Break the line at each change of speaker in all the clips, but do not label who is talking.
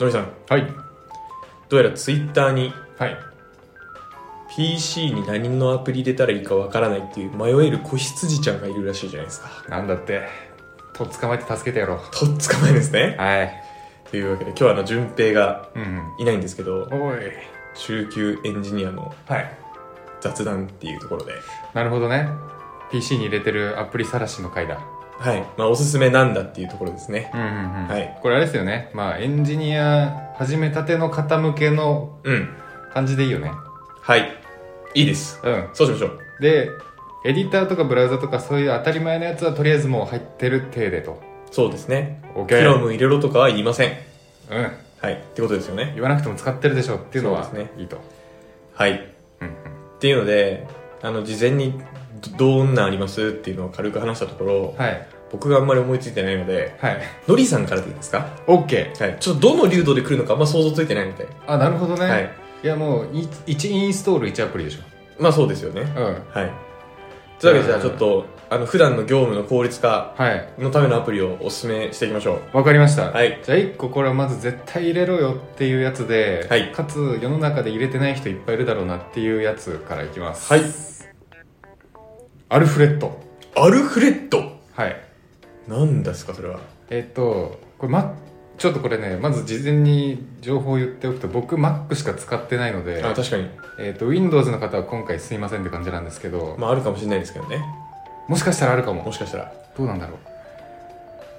のりさん
はい
どうやらツイッターに
はい
PC に何のアプリ入れたらいいかわからないっていう迷える子羊ちゃんがいるらしいじゃないですか
なんだってとっ捕まえて助けてやろう
とっ捕まえですね
はい
というわけで今日はあの順平が
うん
いないんですけど
おい
中級エンジニアの
はい
雑談っていうところで
なるほどね PC に入れてるアプリ探しの回だ
はいまあおすすめなんだっていうところですね
うんうんうん
はい
これあれですよねまあエンジニア始めたての方向けの
うん
感じでいいよね
はいいいです
うん
そうしましょう
でエディターとかブラウザとかそういう当たり前のやつはとりあえずもう入ってる体でと
そうですね
OK
クロム入れろとかは言いません
うん
はいってことですよね
言わなくても使ってるでしょっていうのは
そうです
いいと
はいっ
うん
ていうのであの事前にどどんなんありますっていうのを軽く話したところ、
うんはい
僕があんまり思いついてないので
はい
のりさんからでいいですか
OK
はいちょっとどの流度で来るのかあんま想像ついてないので
あなるほどね、
はいい、
やもう1インストール1アプリでしょ
まあそうですよね
うん
はいというわけでじゃあちょっとあの普段の業務の効率化
はい
のためのアプリをおすすめしていきましょう
わかりました、
はい
じゃあ1個これはまず絶対入れろよっていうやつで、
はい
かつ世の中で入れてない人いっぱいいるだろうなっていうやつからいきます
はい
アルフレッド
アルフレッド
はい
なんですかそれは
えっ、とこれ、ま、ちょっとこれねまず事前に情報を言っておくと僕 Mac しか使ってないので
あ、確かに
えっと Windows の方は今回すいませんって感じなんですけど、
まああるかもしれないですけどね
もしかしたらあるか
も
も
しかしたら
どうなんだろう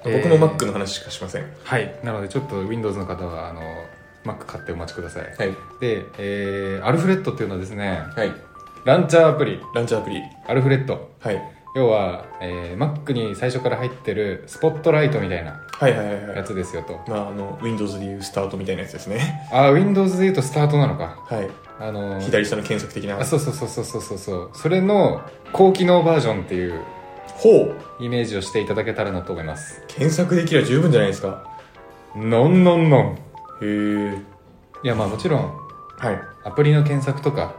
僕
え
も
ー
Mac の話しかしません、
はいなのでちょっと Windows の方はあの Mac 買ってお待ちください、
はい
で、えー、アルフレッドっていうのはですね
はい
ランチャーアプリ
ランチャーアプリ
アルフレッド
はい
要は、えー、Mac に最初から入ってるスポットライトみたいな
はいはいはいは
や
い
つですよと
まああの Windows でいうスタートみたいなやつですね
あー Windows で言うとスタートなのか
はい
あのー
左下の検索的な
あそうそうそうそうそうそうそうそれの高機能バージョンっていう
ほう
イメージをしていただけたらなと思います
検索できれば十分じゃないですか
のんのんのん
へえ
いやまあもちろん
はい
アプリの検索とか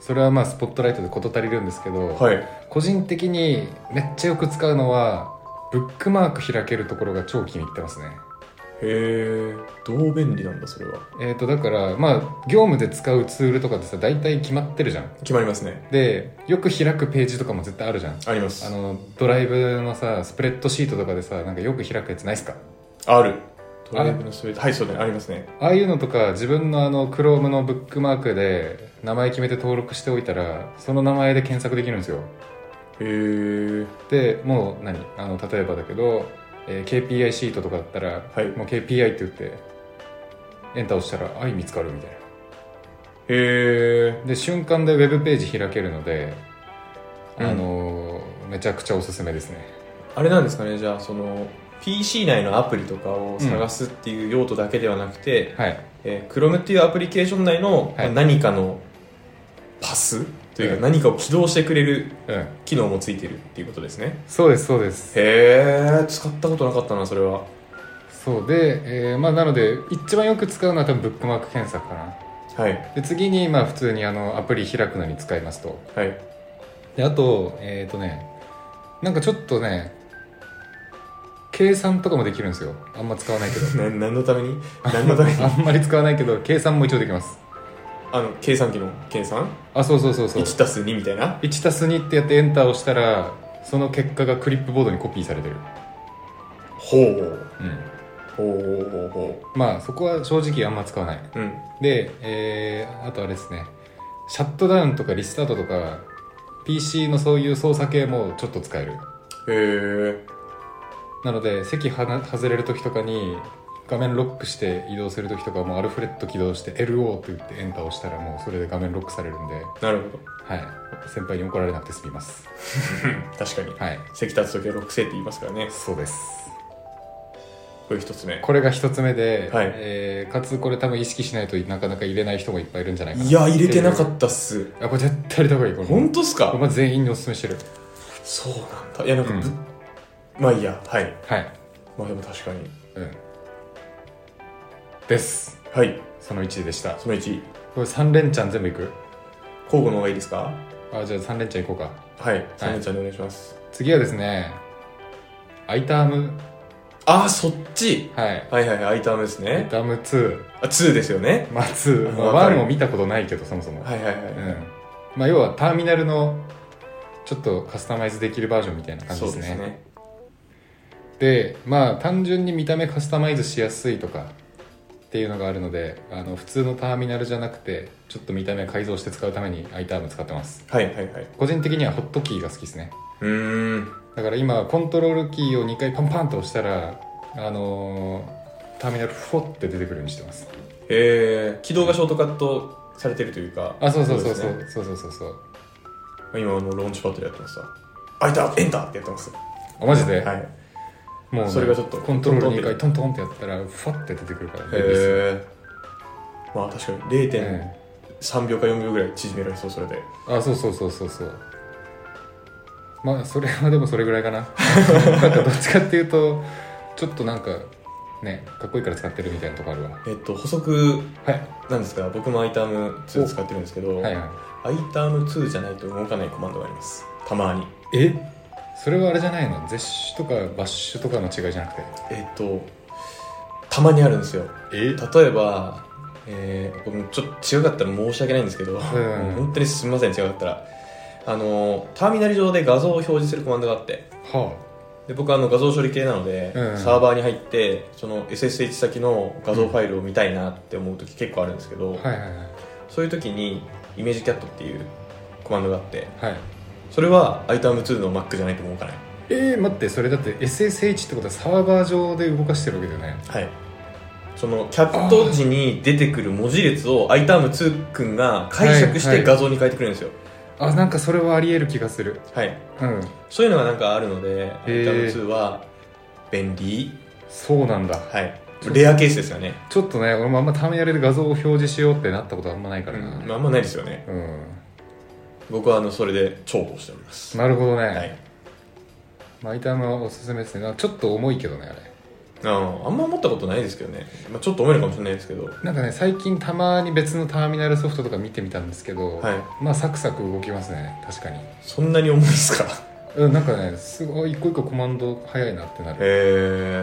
それはまあスポットライトで事足りるんですけど、
はい
個人的にめっちゃよく使うのはブックマーク開けるところが超気に入ってますね
へえどう便利なんだそれは
えっ、とだからまあ業務で使うツールとかってさ大体決まってるじゃん
決まりますね
でよく開くページとかも絶対あるじゃん
あります
あのドライブのさスプレッドシートとかでさなんかよく開くやつないっすか
R ドライブのスウェーはいそうだねありますね
ああいうのとか自分のあの Chrome のブックマークで名前決めて登録しておいたらその名前で検索できるんですよ
へえ
でもう何あの例えばだけど、えー KPI シートとかだったら、
はい
もう KPI って言ってエンター押したら「あい見つかる」みたい
へえ
なで瞬間でウェブページ開けるので、
うん
あのーめちゃくちゃおすすめですね
あれなんですかねじゃあその PC 内のアプリとかを探すっていう用途だけではなくて、
はい
えー Chrome っていうアプリケーション内の
はい
まあ何かのパスというか何かを起動してくれる
うん
機能もついてるっていうことですね
そうですそうです
へえ使ったことなかったなそれは
そうで、えーまあなので一番よく使うのは多分ブックマーク検索かな
はい
で次にまあ普通にあのアプリ開くのに使いますと
はい
であとえっ、とねなんかちょっとね計算とかもできるんですよあんま使わない けど
な何のために何のため に
あんまり使わないけど計算も一応できます
あの計算機の計算
あそうそうそうそう
1たす2みたいな
1たす2ってやってエンターを押したらその結果がクリップボードにコピーされてる、
ほう
うん、
ほうほうほうほ
まあそこは正直あんま使わないう
うん
で、えーあとあれですねシャットダウンとかリスタートとか PC のそういう操作系もちょっと使える
へえ
なので席はな外れる時とかに画面ロックして移動する時とかもうアルフレッド起動して LO って言ってエンターを押したらもうそれで画面ロックされるんで、は
なるほど
い、先輩に怒られなくて済みます
確かに
はい
席立つ時は6世って言いますからね
そうです
これ一つ目
これが一つ目で、
はい
えーかつこれ多分意識しないとなかなか入れない人もいっぱいいるんじゃないかない
いや入れてなかったっす
やこれ絶対入れた方がいいこれ
本当っす
これ
か
まず全員にお勧めしてる
そうなんだいやなんかぶ、
う
まあいいやはい
はい
まあでも確かに
うんです
はい
その1位でした
その1
これ3連チャン全部いく
交互の方がいいですか
あじゃあ3連チャンいこうか
はいサムちゃんでお願いします
次はですねアイターム
ああそっち
はい
はいはいはいアイタームですね
ダム2
あ2ですよね
まあ2、まあ、
わかる
1を見たことないけどそもそも、
はいはいは
う
い、
んまあ、要はターミナルのちょっとカスタマイズできるバージョンみたいな感じ
そ
で
う
す
で
ね
すね
でまあ単純に見た目カスタマイズしやすいとかっていうのがあるのであの普通のターミナルじゃなくてちょっと見た目改造して使うために iTerm 使ってます
はいはいはい
個人的にはホットキーが好きですね
うーん
だから今コントロールキーを2回パンパンと押したらあのーターミナルフォって出てくるようにしてます
えー、起動がショートカットされてるというか
あそうそうそう
です
そう
ね
そうそうそうそう
今あのローンチパッドでやってました開いたエンターってやってますは
あマジで、
い
もうね
それがちょっと
コントロール
トントンって
2回トントンってやったらファって出てくるから便利ですよ
へえまあ確かに0.3
え
秒か4秒ぐらい縮められそうそれで
えあそうそうそうそうそうまあそれはでもそれぐらい かななんかどっちかっていうとちょっとなんかねかっこいいから使ってるみたいなとこあるわは
えっと補足
い
なんですが僕も iTerm2 使ってるんですけど、
はいはい
iTerm2 じゃないと動かないコマンドがありますたまに
えそれはあれじゃないのゼッシュとかバッシュとかの違いじゃなくて
えっとたまにあるんですよ
え
例えば、えー、僕もちょっと違かったら申し訳ないんですけど、
ん
本当にすみません違かったらあのターミナル上で画像を表示するコマンドがあって
は
で僕はあの画像処理系なので、
うん
サーバーに入ってその SSH 先の画像ファイルを見たいなって思う時結構あるんですけど、
あはいはいはい
そういう時にイメージキャットっていうコマンドがあって
はい
それは iTerm2 の Mac じゃないと動かない
えー、待ってそれだって SSH ってことはサーバー上で動かしてるわけだよね
はいそのキャット時に出てくる文字列を iTerm2 君が解釈し
はいは
て
い
画像に変えてくれるんですよ
あなんかそれはありえる気がする
はい
うん
そういうのがなんかあるので
へー
iTerm2 は便利
そうなんだ
はいレアケースですよね、
ちょっとね俺もあんまターミナルで画像を表示しようってなったことあんまないか
う
らな、
ん、まああんまないですよね
うん
僕はあのそれで重宝しております
なるほどね、
はい
マイタームはおすすめですねなんかちょっと重いけどねあれ
ああんま思ったことないですけどね、まあ、ちょっと思えるかもしれないですけどはい
なんかね最近たまに別のターミナルソフトとか見てみたんですけど、まあサクサク動きますね確かに
そんなに重いですか
うんなんかねすごい一個一個コマンド早いなってなる
へ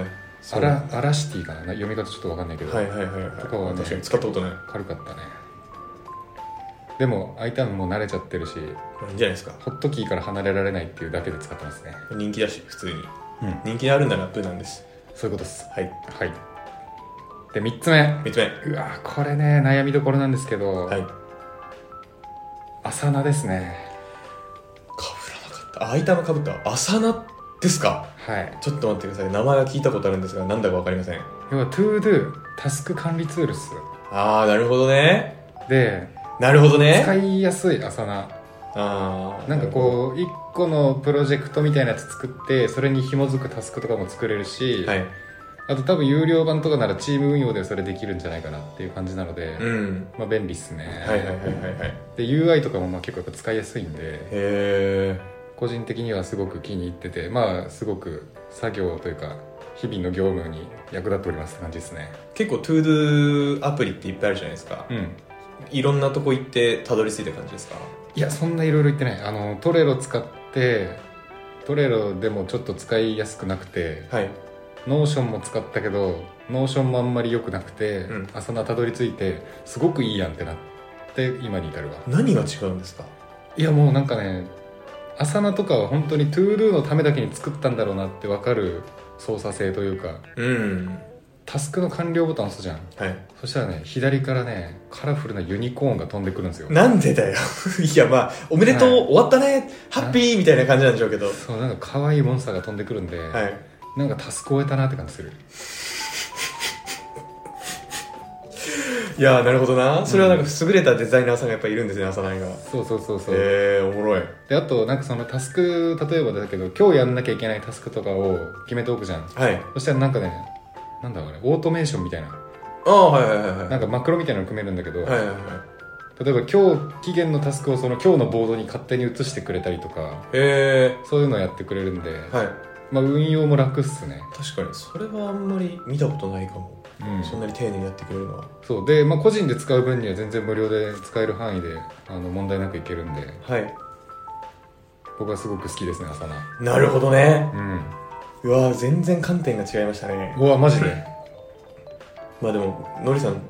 え
アラアラシティかな読み方ちょっと分かんないけど、
はいはいはい、はい、
とかはね
確かに使ったことない
軽かったねでも iTerm も慣れちゃってるし
いいんじゃないですか
ホットキーから離れられないっていうだけで使ってますね
人気だし普通に
うん
人気あるならブなんです
そういうことです
はい
はいで3つ目
3つ目
うわーこれね悩みどころなんですけど、
はい
浅菜ですね
かぶらなかったあ相田のかぶった浅菜ですか
はい
ちょっと待ってください名前は聞いたことあるんですがなんだか分かりません
要は ToDo タスク管理ツールっす
ああなるほどね
で
なるほど
使
ね
いやすい浅菜
ああ
なんかこう1個のプロジェクトみたいなやつ作ってそれに紐づくタスクとかも作れるし、
はい
あと多分有料版とかならチーム運用でそれできるんじゃないかなっていう感じなので、
うん
まあ便利っすね
はいはいはいはいはいへ
で UI とかもまあ結構やっぱ使いやすいんで
え
個人的にはすごく気に入っててまあすごく作業というか日々の業務に役立っておりますって感じですね
結構 ToDo アプリっていっぱいあるじゃないですか
うん
いろんなとこ行ってたどり着いた感じですか
いやそんないろいろ言ってないあのトレロ使ってトレロでもちょっと使いやすくなくて
はい
ノーションも使ったけどノーションもあんまり良くなくて、
うん
朝なたどり着いてすごくいいやんってなって今に至るわ
何が違うんですか
いやもうなんかね朝なとかは本当にトゥードゥのためだけに作ったんだろうなって分かる操作性というか
うん
タスクの完了ボタン押すじゃん
はい
そしたらね左からねカラフルなユニコーンが飛んでくるんですよ
なんでだよ いやまあおめでとう、
はい
終わったねハッピーみたいな感じなんでしょうけどは
そうなんか可愛いモンスターが飛んでくるんで、
い
なんかタスク終えたなって感じする
いやーなるほどなそれはなんか優れたデザイナーさんがやっぱいるんですね朝内がへ
そうそうそうそう、
えー、おもろい
であとなんかそのタスク例えばだけど今日やんなきゃいけないタスクとかを決めておくじゃん
はい
そしたらなんかねなんだろうねオートメーションみたいな
ああはいはいはいはい
なんかマクロみたいなの組めるんだけど、
はいはいはい
例えば今日期限のタスクをその今日のボードに勝手に移してくれたりとか
え
そういうのやってくれるんで、
ー、はい
まあ、運用も楽っすね、
確かにそれはあんまり見たことないかも、
うん、
そんなに丁寧にやってくれるのは
そうで、まあ、個人で使う分には全然無料で使える範囲であの問題なくいけるんで
はい
僕はすごく好きですね朝菜
なるほどね
うん
うわー全然観点が違いましたね
うわマジ ではい
まあでものりさん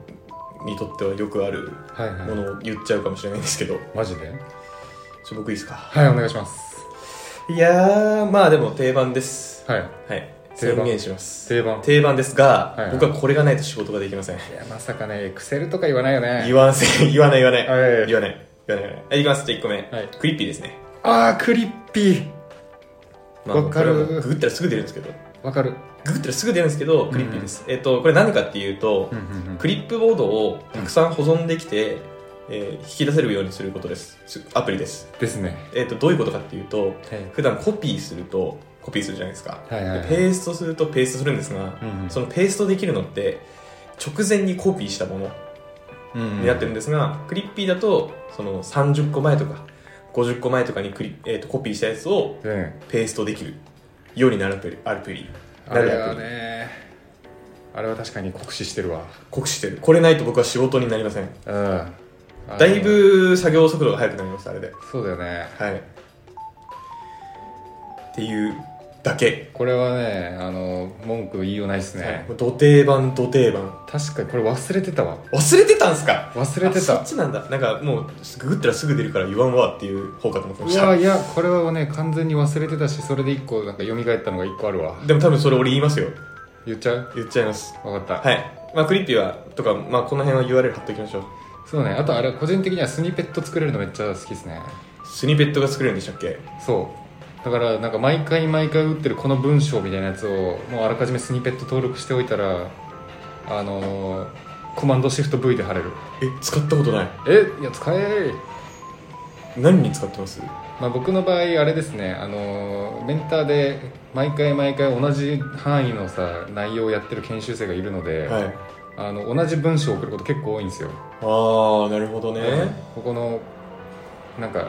にとってはよくある
はい
ものを言っちゃうかもしれないんですけど
マジで
ちょ僕いいですか
はいお願いします
いやーまあでも定番です
はい
はい
定
宣
番
言します
定番
定番ですが、
はいはい
僕はこれがないと仕事ができません
いやまさかねエクセルとか言わないよね
言わん せ言わない言わない
あいやいや
言わない言わない言わないはいいきますじゃあ1個目、
はい
クリッピーですね
ああクリッピー
まあ
わかる
これはもうググったらすぐ出るんですけど
わかる
ググったらすぐ出るんですけどクリッピーです、えっ、とこれ何かっていうと、
うんうんうん
クリップボードをたくさん保存できて、えー引き出せるようにすることですすアプリです、
ですね
えっとどういうことかっていうと
はい
普段コピーするとコピーするじゃないですか、
はいはいはい
でペーストするとペーストするんですが、
うんうん
そのペーストできるのって直前にコピーしたものになってるんですが、クリッピーだとその30個前とか50個前とかにクリ、えー、とコピーしたやつを
うんうん
ペーストできるようになるアプリアプリ
あ
な
れ
るアプ
は
リ
ねあれは確かに酷使してるわ
酷使してるこれないと僕は仕事になりません
うん
だいぶ作業速度が速くなりましたあれで
そうだよね
はいっていうだけ、
これはねあの文句言いようないです
はい
ね、
もう土定番土定番
確かにこれ忘れてたわ
忘れてたんすか
忘れて
あそ
た
っちなんだなんかもうググったらすぐ出るから言わんわっていう方かと思ってま
う
した
わいやこれはね完全に忘れてたしそれで一個なんか蘇ったのが一個あるわ
でも多分それ俺言いますよ
言っちゃう
言っちゃいます
分かった、
はいまあクリッピーはとかまあこの辺は URL 貼っておきましょう
そうねあとあれ個人的にはスニペット作れるのめっちゃ好きですね
スニペットが作れるんでしたっけ
そうだからなんか毎回毎回打ってるこの文章みたいなやつをもうあらかじめスニペット登録しておいたらあのーコマンドシフト V で貼れる
え使ったことない
えいや使え
何に使ってます
まあ、僕の場合あれですねあのーメンターで毎回毎回同じ範囲のさ内容をやってる研修生がいるので、
はい
あの同じ文章を送ること結構多いんですよ、
ああなるほどね、
ここのなんか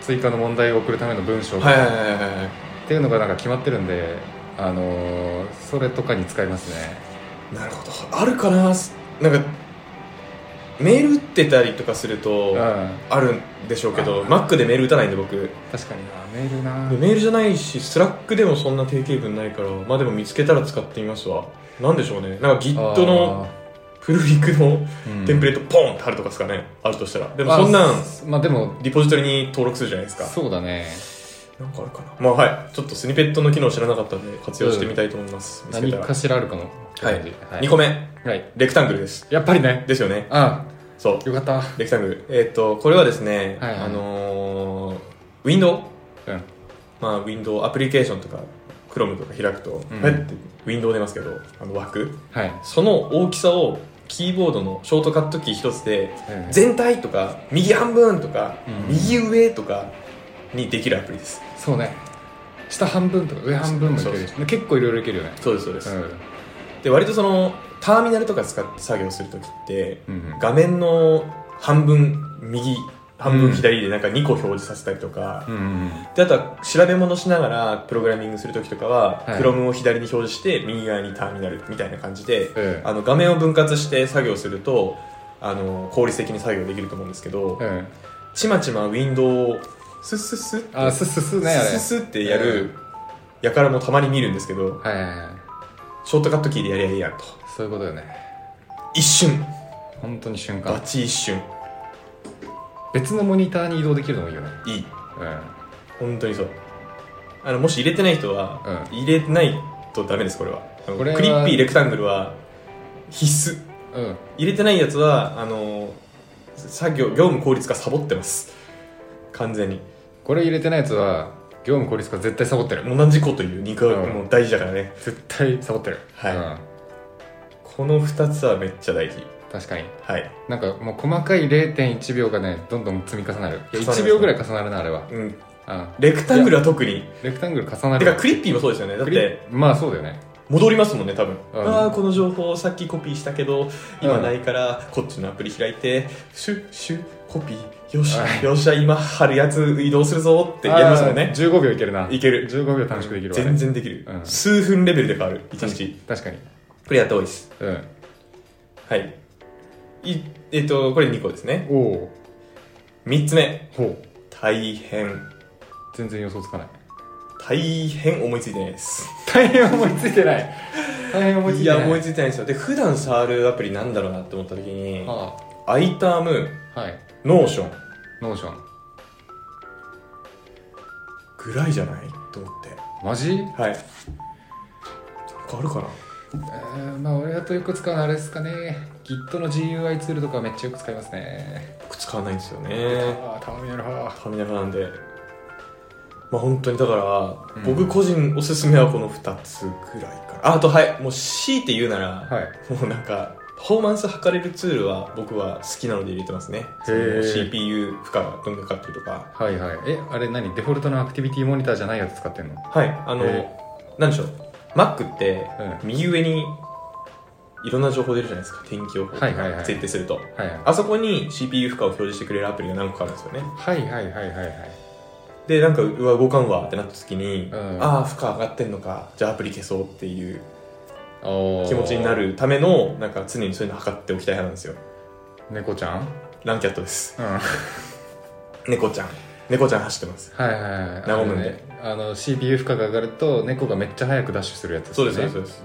追加の問題を送るための文章
はいはい
っ
はいはいはい
ていうのがなんか決まってるんで、あのーそれとかに使いますね
なるほどあるかなすなんかメール打ってたりとかすると
うん
あるんでしょうけど Mac でメール打たないんで僕
確かになメールな
メールじゃないし Slack でもそんな定型文ないからまあでも見つけたら使ってみますわなんでしょうねなんか Git のプルリクの
あーうん
テンプレートポンって貼るとかですかねあるとしたらでもそんな
まあ
ん
すまあでも
リポジトリに登録するじゃないですか
そうだね
なんかあるかなまあはいちょっとスニペットの機能知らなかったんで活用してみたいと思います、見つけ
何
たら
かしらあるかも
はい、
はい
2個目
はい、
レクタングルです
やっぱりね
ですよね
あ
そう
あよかった
レクタングル。えっ、と、これはですね、
はいはい
あのー、ウィンドウ
うん
まあ、ウィンドウアプリケーションとか、Chrome とか開くと、
うん
はいってウィンドウ出ますけど、あの枠。
はい
その大きさを、キーボードのショートカットキー一つで、
はい
全体とか、右半分とか、
うん
右上とかにできるアプリです。
そうね下半分とか上半分もいけるし結構いろいろいけるよね
そうです、そうで
う
す。
ん
で、割とその、ターミナルとか使って作業するときって、
うん
画面の半分右、半
うん
分左でなんか2個表示させたりとか、
うんうん
であとは調べ物しながらプログラミングするときとかは、
はい
Chrome を左に表示して右側にターミナルみたいな感じで、
ええ
あの画面を分割して作業するとあの効率的に作業できると思うんですけど、
うん
ちまちまウィンドウをスッスッスッ
あすすすねあれ
スッスッってやるやからもたまに見るんですけど
はいはいはい
ショートカットキーでやりゃいいやと
そういうことよね
一瞬
本当に瞬
バ
間
チ一瞬
別のモニターに移動できるのもいいよね
いい
うん
本当にそうあのもし入れてない人は、入れないとダメですこれはあの
これは
クリッピーレクタングルは必須
うん
入れてないやつはあの作業業務効率化サボってます完全に
これ入れてないやつは業務効率化絶対サボってる
同じこと言う肉は
うん
もう大事だからね、
絶対サボってる
はい
うん
この2つはめっちゃ大事
確かに
はい、
なんかもう細かい0.1秒がねどんどん積み重なるいや
重なる
1秒ぐらい重なるなあれは
うん、
うん
レクタングルは特に
レクタングル重な
て
る
かクリッピーもそうですよねだっ
クリ
て
まあそうだよね
戻りますもんね多分、
うん
ああこの情報さっきコピーしたけど今
うん
ないからこっちのアプリ開いてシュッシュッコピーよし
はい
よっしゃ今貼るやつ移動するぞってやりますもん
あー
ね
15秒いけるない
ける
15秒短縮できるわ
全然できる、
うん
数分レベルで変わる1日
確かに
これやった方がいいです
うん
はい。いえっ、と、これ2個ですね。
おお
3つ目。
ほう
大変。
全然予想つかない
大変思いついてないです
大変思いついてない大変思いつい
い
てない
や思いついてないんですよで普段触るアプリなんだろうなって思った時に
は
アイターム
あはい
ノーション
ノーション
ぐらいじゃないと思って
マジ
はいなんかあるかな
えーまあ俺だとよく使うのはあれですかね Git の GUI ツールとかめっちゃよく使いますね
僕使わないんですよね
ああターミナル派
ターミナルなんでまあ本当にだから、
うん
僕個人おすすめはこの2つぐらいかなああとはいもう強いて言うなら、
はい
もうなんかパフォーマンス測れるツールは僕は好きなので入れてますねその CPU 負荷がどんどんかかってるとか
はいはいえあれ何デフォルトのアクティビティモニターじゃないやつ使ってんの
はいあの、
へ
なんでしょう Mac って
うん
右上にいろんな情報出るじゃないですか天気予報とか
はいはいはい
設定すると、
はいはい
あそこに CPU 負荷を表示してくれるアプリが何個かあるんですよね
はいはいはいはいはい
でなんかうわ動かんわってなった時に、
うん
ああ負荷上がってんのかじゃあアプリ消そうっていう
おー
気持ちになるためのなんか常にそういうの測っておきたい派なんですよ
猫ちゃんうん
ランキャットです
はい
猫ちゃん猫ちゃん走ってます
はいはい
和むんで
あのねあの CPU 負荷が上がると猫がめっちゃ早くダッシュするやつ
そうです、
ね
そうです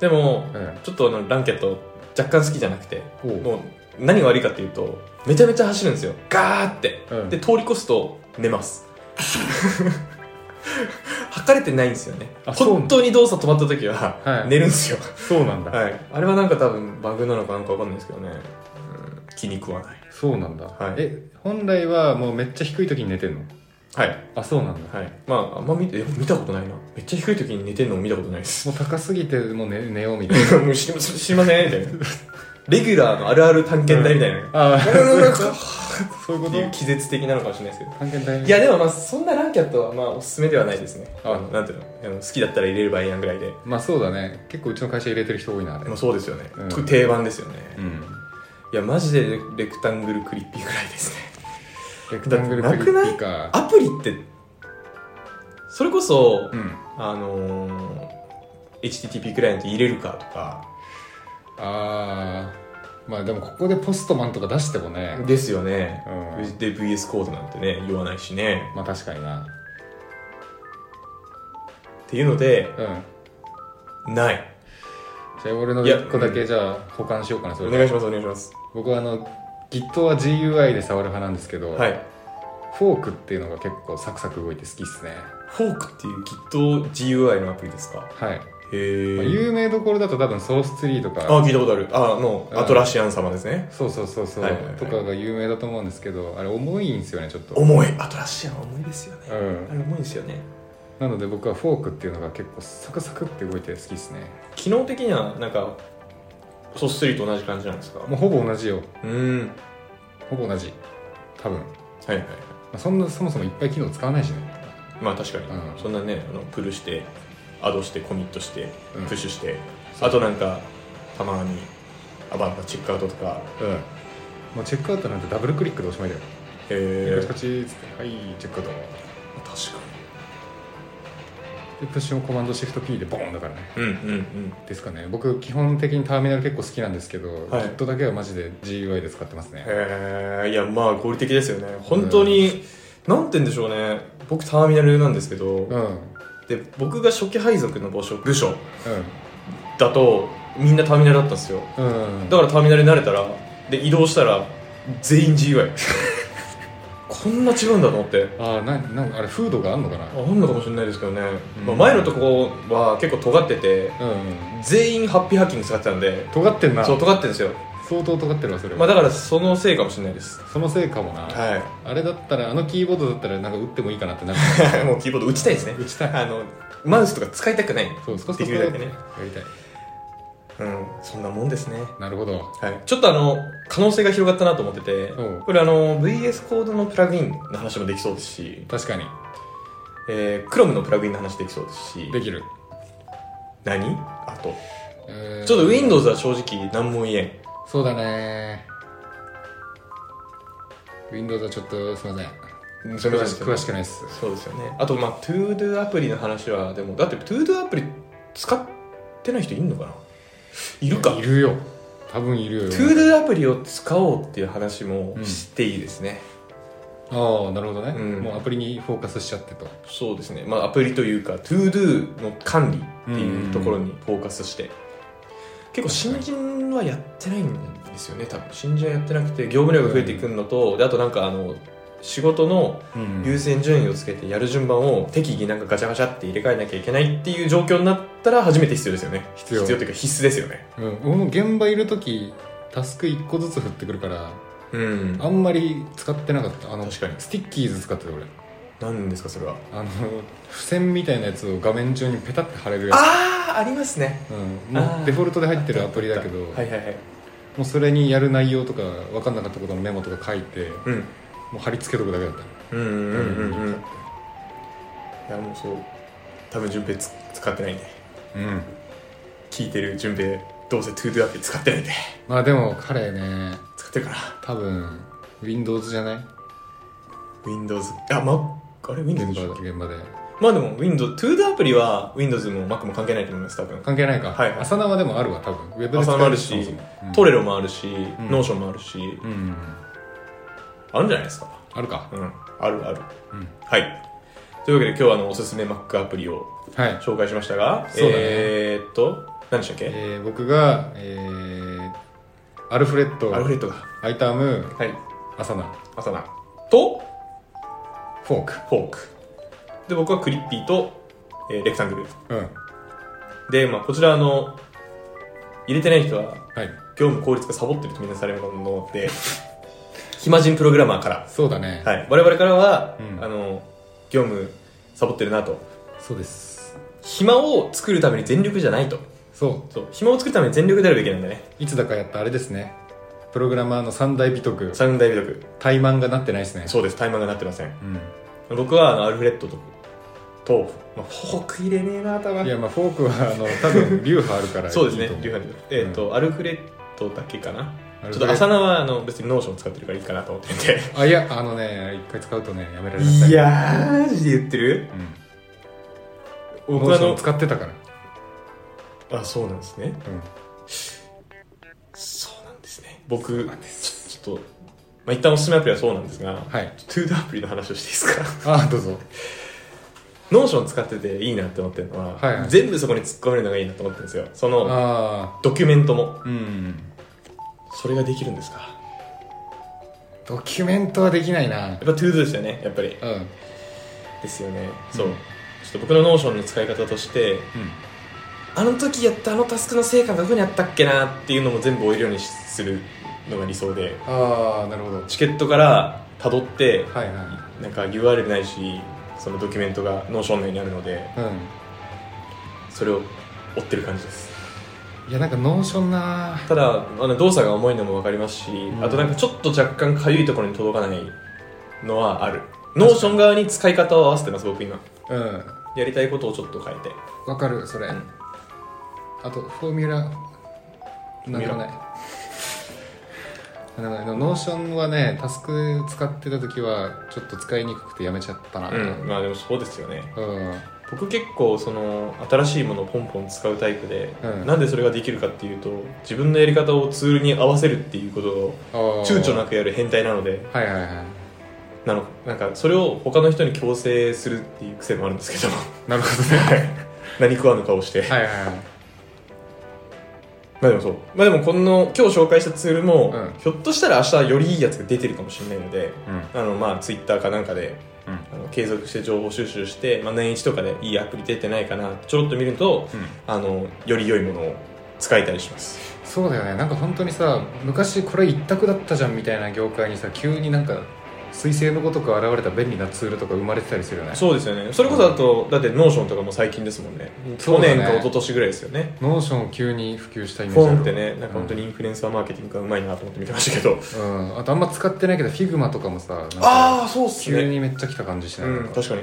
でも、
うん
ちょっとあのランケット若干好きじゃなくて
おう
もう何が悪いかっていうとめちゃめちゃ走るんですよガーって、
うん
で通り越すと寝ます 測れてないんですよね
あそうなの
本当に動作止まった時は、
はい
寝るんですよ、
そうなんだ、
はい、あれはなんか多分バグなのかなんかわかんないですけどね、うん、気に食わない
そうなんだ、
はい
え本来はもうめっちゃ低い時に寝てんの
はい
あそうなんだ、
はいまああんま見てえ見たことないなめっちゃ低い時に寝てんのも見たことないです
もう高すぎてもう寝寝ようみたいな
もう知り知りませんみたいな。レギュラーのあるある探検隊みたいな。
ああ
あらららら
そういう
っ
こと
ていう気絶的なのかもしれないですけど。
関係ない
いや、でもまあ、そんなランキャットはまあ、おすすめではないですね。
あ
あの、なんていうのあの好きだったら入れればいいやんぐらいで。
まあそうだね結構うちの会社入れてる人多いなあれ
まあ、そうですよね。
うん
特に定番ですよね。
うん
いや、マジでレレクタングルクリッピーぐらいですね。
レクタングルクリッピーか
アプリって、それこそ、
うん
あのー HTTP クライアント入れるかとか、
あーまあでもここでポストマンとか出してもね
ですよね。
うん
で、VS コードなんてね、言わないしね。
まあ確かにな
っていうので、
うん
ない。
じゃあ俺の
いや
1個だけじゃあ保管しようかなそ
お
れ
願いしますお願いします
僕はあの Git は GUI で触る派なんですけど、
はい
フォークっていうのが結構サクサク動いて好きっすね
フォークっていう GitGUI のアプリですか
はい、
へ
まあ、
え
有名どころだと多分ソースツリーとか
あ聞いたことあるああの
うん
アトラシアン様ですね
そうそうそうそう、
はいはいはい
とかが有名だと思うんですけどあれ重いんですよねちょっと
重いアトラシアンは重いですよね
うん
あれ重いですよね
なので僕はフォークっていうのが結構サクサクって動いて好きですね
機能的にはなんかソース3と同じ感じなんですか
もうほぼ同じよ
うーん
ほぼ同じ多分、ま
はいはい
あ、そんなそもそもいっぱい機能使わないしね
まあ確かに、
うん
そんなねあのプルしてアドしてコミットして
うん
プッシュして、
そう
あとなんかたまにアバンチェックアウトとか
うんもうチェックアウトなんてダブルクリックでおしまいだよ、
へえ
カチ
確
カチっつってはいチェックアウト
か
でプッシュもコマンドシフト P でボーンだからね
にうんうんうん
ですかね僕基本的にターミナル結構好きなんですけど、
はい
Git だけはマジで GUI で使ってますね
へえいやまあ合理的ですよね本当に、なんて言うんでしょうね僕ターミナルなんですけど、
うんうん
で僕が初期配属の部署部署だとみんなターミナルだったんですよ
うん
だからターミナルに慣れたらで移動したら全員 GUI こんな違うんだと思って
ああななんかあれフードがあんのかな
あんのかもしれないですけどね、
うん
まあ、前のとこは結構尖ってて
うん、うん、
全員ハッピーハッキング使ってたんで
尖ってんな
そう尖ってるんですよ、
相当尖ってるわそれは、
まあ、だからそのせいかもしれないです
そのせいかもな、
はい
あれだったらあのキーボードだったらなんか打ってもいいかな ってなる
もうキーボード打ちたいですね
打ちたい
あのマウスとか使いたくない
そう少し
できるだけね
やりたい
うんそんなもんですね
なるほど
はいちょっとあの可能性が広がったなと思ってて
うん
これあの VS コードのプラグインの話もできそうですし、
確かに
えー、Chrome のプラグインの話できそうですし
できる、
何あと
えー
ちょっと Windows は正直何も言えん
そうだね Windows はちょっとすいません
うんそれ
詳
は
し詳しくないっす
そうですよねあとまあ ToDo アプリの話はでもだって ToDo アプリ使ってない人いるのかないるか
いるよ多分いるよ
ToDo アプリを使おうっていう話もしていいですね、
あああなるほどね、
うん
もうアプリにフォーカスしちゃってと
そうですね、まあ、アプリというか ToDo の管理っていうところにフォーカスして、結構新人はやってないんですよね多分新人はやってなくて業務量が増えていくのと、であとなんかあの仕事の優先順位をつけてやる順番を適宜なんかガチャガチャって入れ替えなきゃいけないっていう状況になったら初めて必要ですよね
必要
必要というか必須ですよね
うん、俺も現場いる時タスク1個ずつ振ってくるから
うん
あんまり使ってなかったあの
確かに
スティッキーズ使ってた俺
何ですかそれは
あの付箋みたいなやつを画面中にペタッて貼れるや
ああありますね
つ、うん、も
あー
うデフォルトで入ってるアプリだけど
はいはいはい
もうそれにやる内容とか分かんなかったことのメモとか書いて
うん
もう貼り付けとくだけだった
うんうんうんうんいやもうそう多分順平つ使ってないんで
うん
聞いてる順平どうせ ToDo アプリ使ってないんで
まあでも彼ね
使ってるから
多分 Windows じゃない
Windows あまあれ Windows で
現
しょ
場現場で
まあでも Windows ToDo アプリは Windows も Mac も関係ないと思います多分
関係ないか、
はい
朝生でもあるわ多分ウェブで
朝
使
もあ
え
る
る
し
そもそもうん
トレロもあるし、
ん
ノーションもあるし、
うんうんうん
あるんじゃないですか
あるか
うんあるある
うん
はいというわけで今日はあのおすすめ Mac アプリを
はい
紹介しましたが、
そうだね
えー、っと何でしたっけ、
えー僕が、えーアルフレッド
アルフレッドが
アイタム
はい
アサナ
朝なと
フォーク
フォークで僕はクリッピーと、えーレクタングル
うんは
で、まあ、こちらあの入れてない人はい業務効率化サボってるとみなされるの で暇人プログラマーから、
そうだね、
はい、我々からは、
うん
あの業務サボってるなと
そうです
暇を作るために全力じゃないと
そ
そう暇を作るために全力であるべきなんだね
ういつだかやったあれですねプログラマーの三大美徳
三大美徳
怠慢がなってないですね
そうですタイマーがなってません
うん
僕はあのアルフレッドとと、まあ、フォーク入れねえな多分
いやまあフォークはあの多分流派あるか ら
そうですね
いいと思
リュウハンえっ、と、アルフレッドだけかな
ア
ちょ
ルフレッド
っと浅菜はあの別にノーション使ってるからいいかなと思ってて
あいやあのね一回使うとねやめられない
いやーマジで言ってる
うん僕
僕
は
あ
あの
の
使ってたから
あそうなんですね
うん
そうなんですね僕
なんで
ちょちょっと、まあ、一旦おすすめアプリはそうなんですが
はい
トゥードアプリの話をしていいですか
あどうぞ
ノーション使ってていいなって思ってるのは、
はいはい
全部そこに突っ込めるのがいいなと思ってるんですよその
あ
ドキュメントも
あうん
それができるんですか
ドキュメントはできないな
やっぱトゥードですよねやっぱり
うんうん
ですよねそう、ちょっと僕のノーションの使い方としてあの時やったあのタスクの成果がどこにあったっけなっていうのも全部追えるようにするのが理想で
ああなるほど
チケットから辿って
はいは
なんか URL ないしそのドキュメントがノーション内にあるので
いうん
それを追ってる感じです
いやなんかノーションな
ただあの動作が重いのも分かりますし、
ん
あとなんかちょっと若干かゆいところに届かないのはあるノーション側に使い方を合わせてます僕今
うん
やりたいことをちょっと変えて
わかるそれ
ん
あとフォーミュラなんでもないなんでもないノーションはねタスク使ってた時はちょっと使いにくくてやめちゃったな
うんまあでもそうですよね
うん
僕結構その新しいものをポンポン使うタイプで、
うん
なんでそれができるかっていうと自分のやり方をツールに合わせるっていうことを
あー
躊躇なくやる変態なので
はいはいはい
なのなんかそれを他の人に強制するっていう癖もあるんですけど
なるほどね
何食わぬ顔して、
はいはいはい
まあでもそうまあでもこの今日紹介したツールも、
うん
ひょっとしたら明日よりいいやつが出てるかもしれないので
うん
あのまあツイッターかなんかで、
うん
あの継続して情報収集して、まあ、年一とかでいいアプリ出てないかなちょろっと見るとあのより良いものを使えたりします
そうだよねなんか本当にさ昔これ一択だったじゃんみたいな業界にさ急になんか彗星のごとく現れた便利なツールとか生まれてたりするよね
そうですよねそれこそあとだってノーションとかも最近ですもんね
そ
去
うだね
年か一昨年ぐらいですよね
ノーションを急に普及したイメージ
フォ
ある
ンってねなんか本当にインフルエンサーマーケティングがうまいなと思って見てましたけど
うん、あとあんま使ってないけどフィグマとかもさなんか
あそうっ
急にめっちゃ来た感じしない、
うん確かに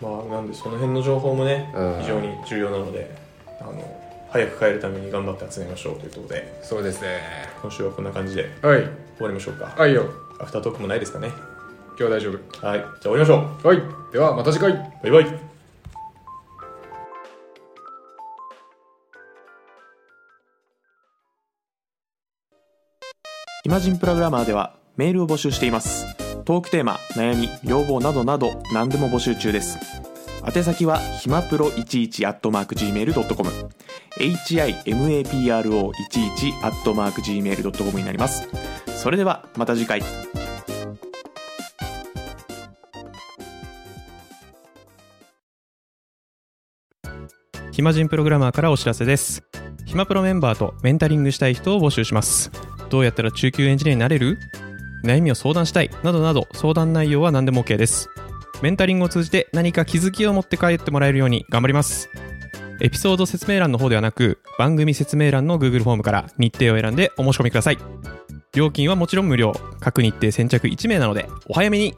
まあなんでその辺の情報もね
うん
非常に重要なのであの早く帰るために頑張って集めましょうということで
そうですね
今週はこんな感じで
はい
終わりましょうか
はいよ
アフタートークもないですかね
今日は大丈夫
はいじゃあ終わりましょ
はいではまた次回
うバイバイ
イマジンプログラマーでは
メールを募集していますトークテーマ悩み要望などなど何でも募集中です宛先はひまプロ11 at mark gmail.com himapro11 at mark gmail.com になりますそれではまた次回
暇人プログラマーからお知らせです暇プロメンバーとメンタリングしたい人を募集しますどうやったら中級エンジニアになれる悩みを相談したいなどなど相談内容は何でも OK ですメンタリングを通じて何か気づきを持って帰ってもらえるように頑張りますエピソード説明欄の方ではなく番組説明欄の Google フォームから日程を選んでお申し込みください料金はもちろん無料各日程先着1名なのでお早めに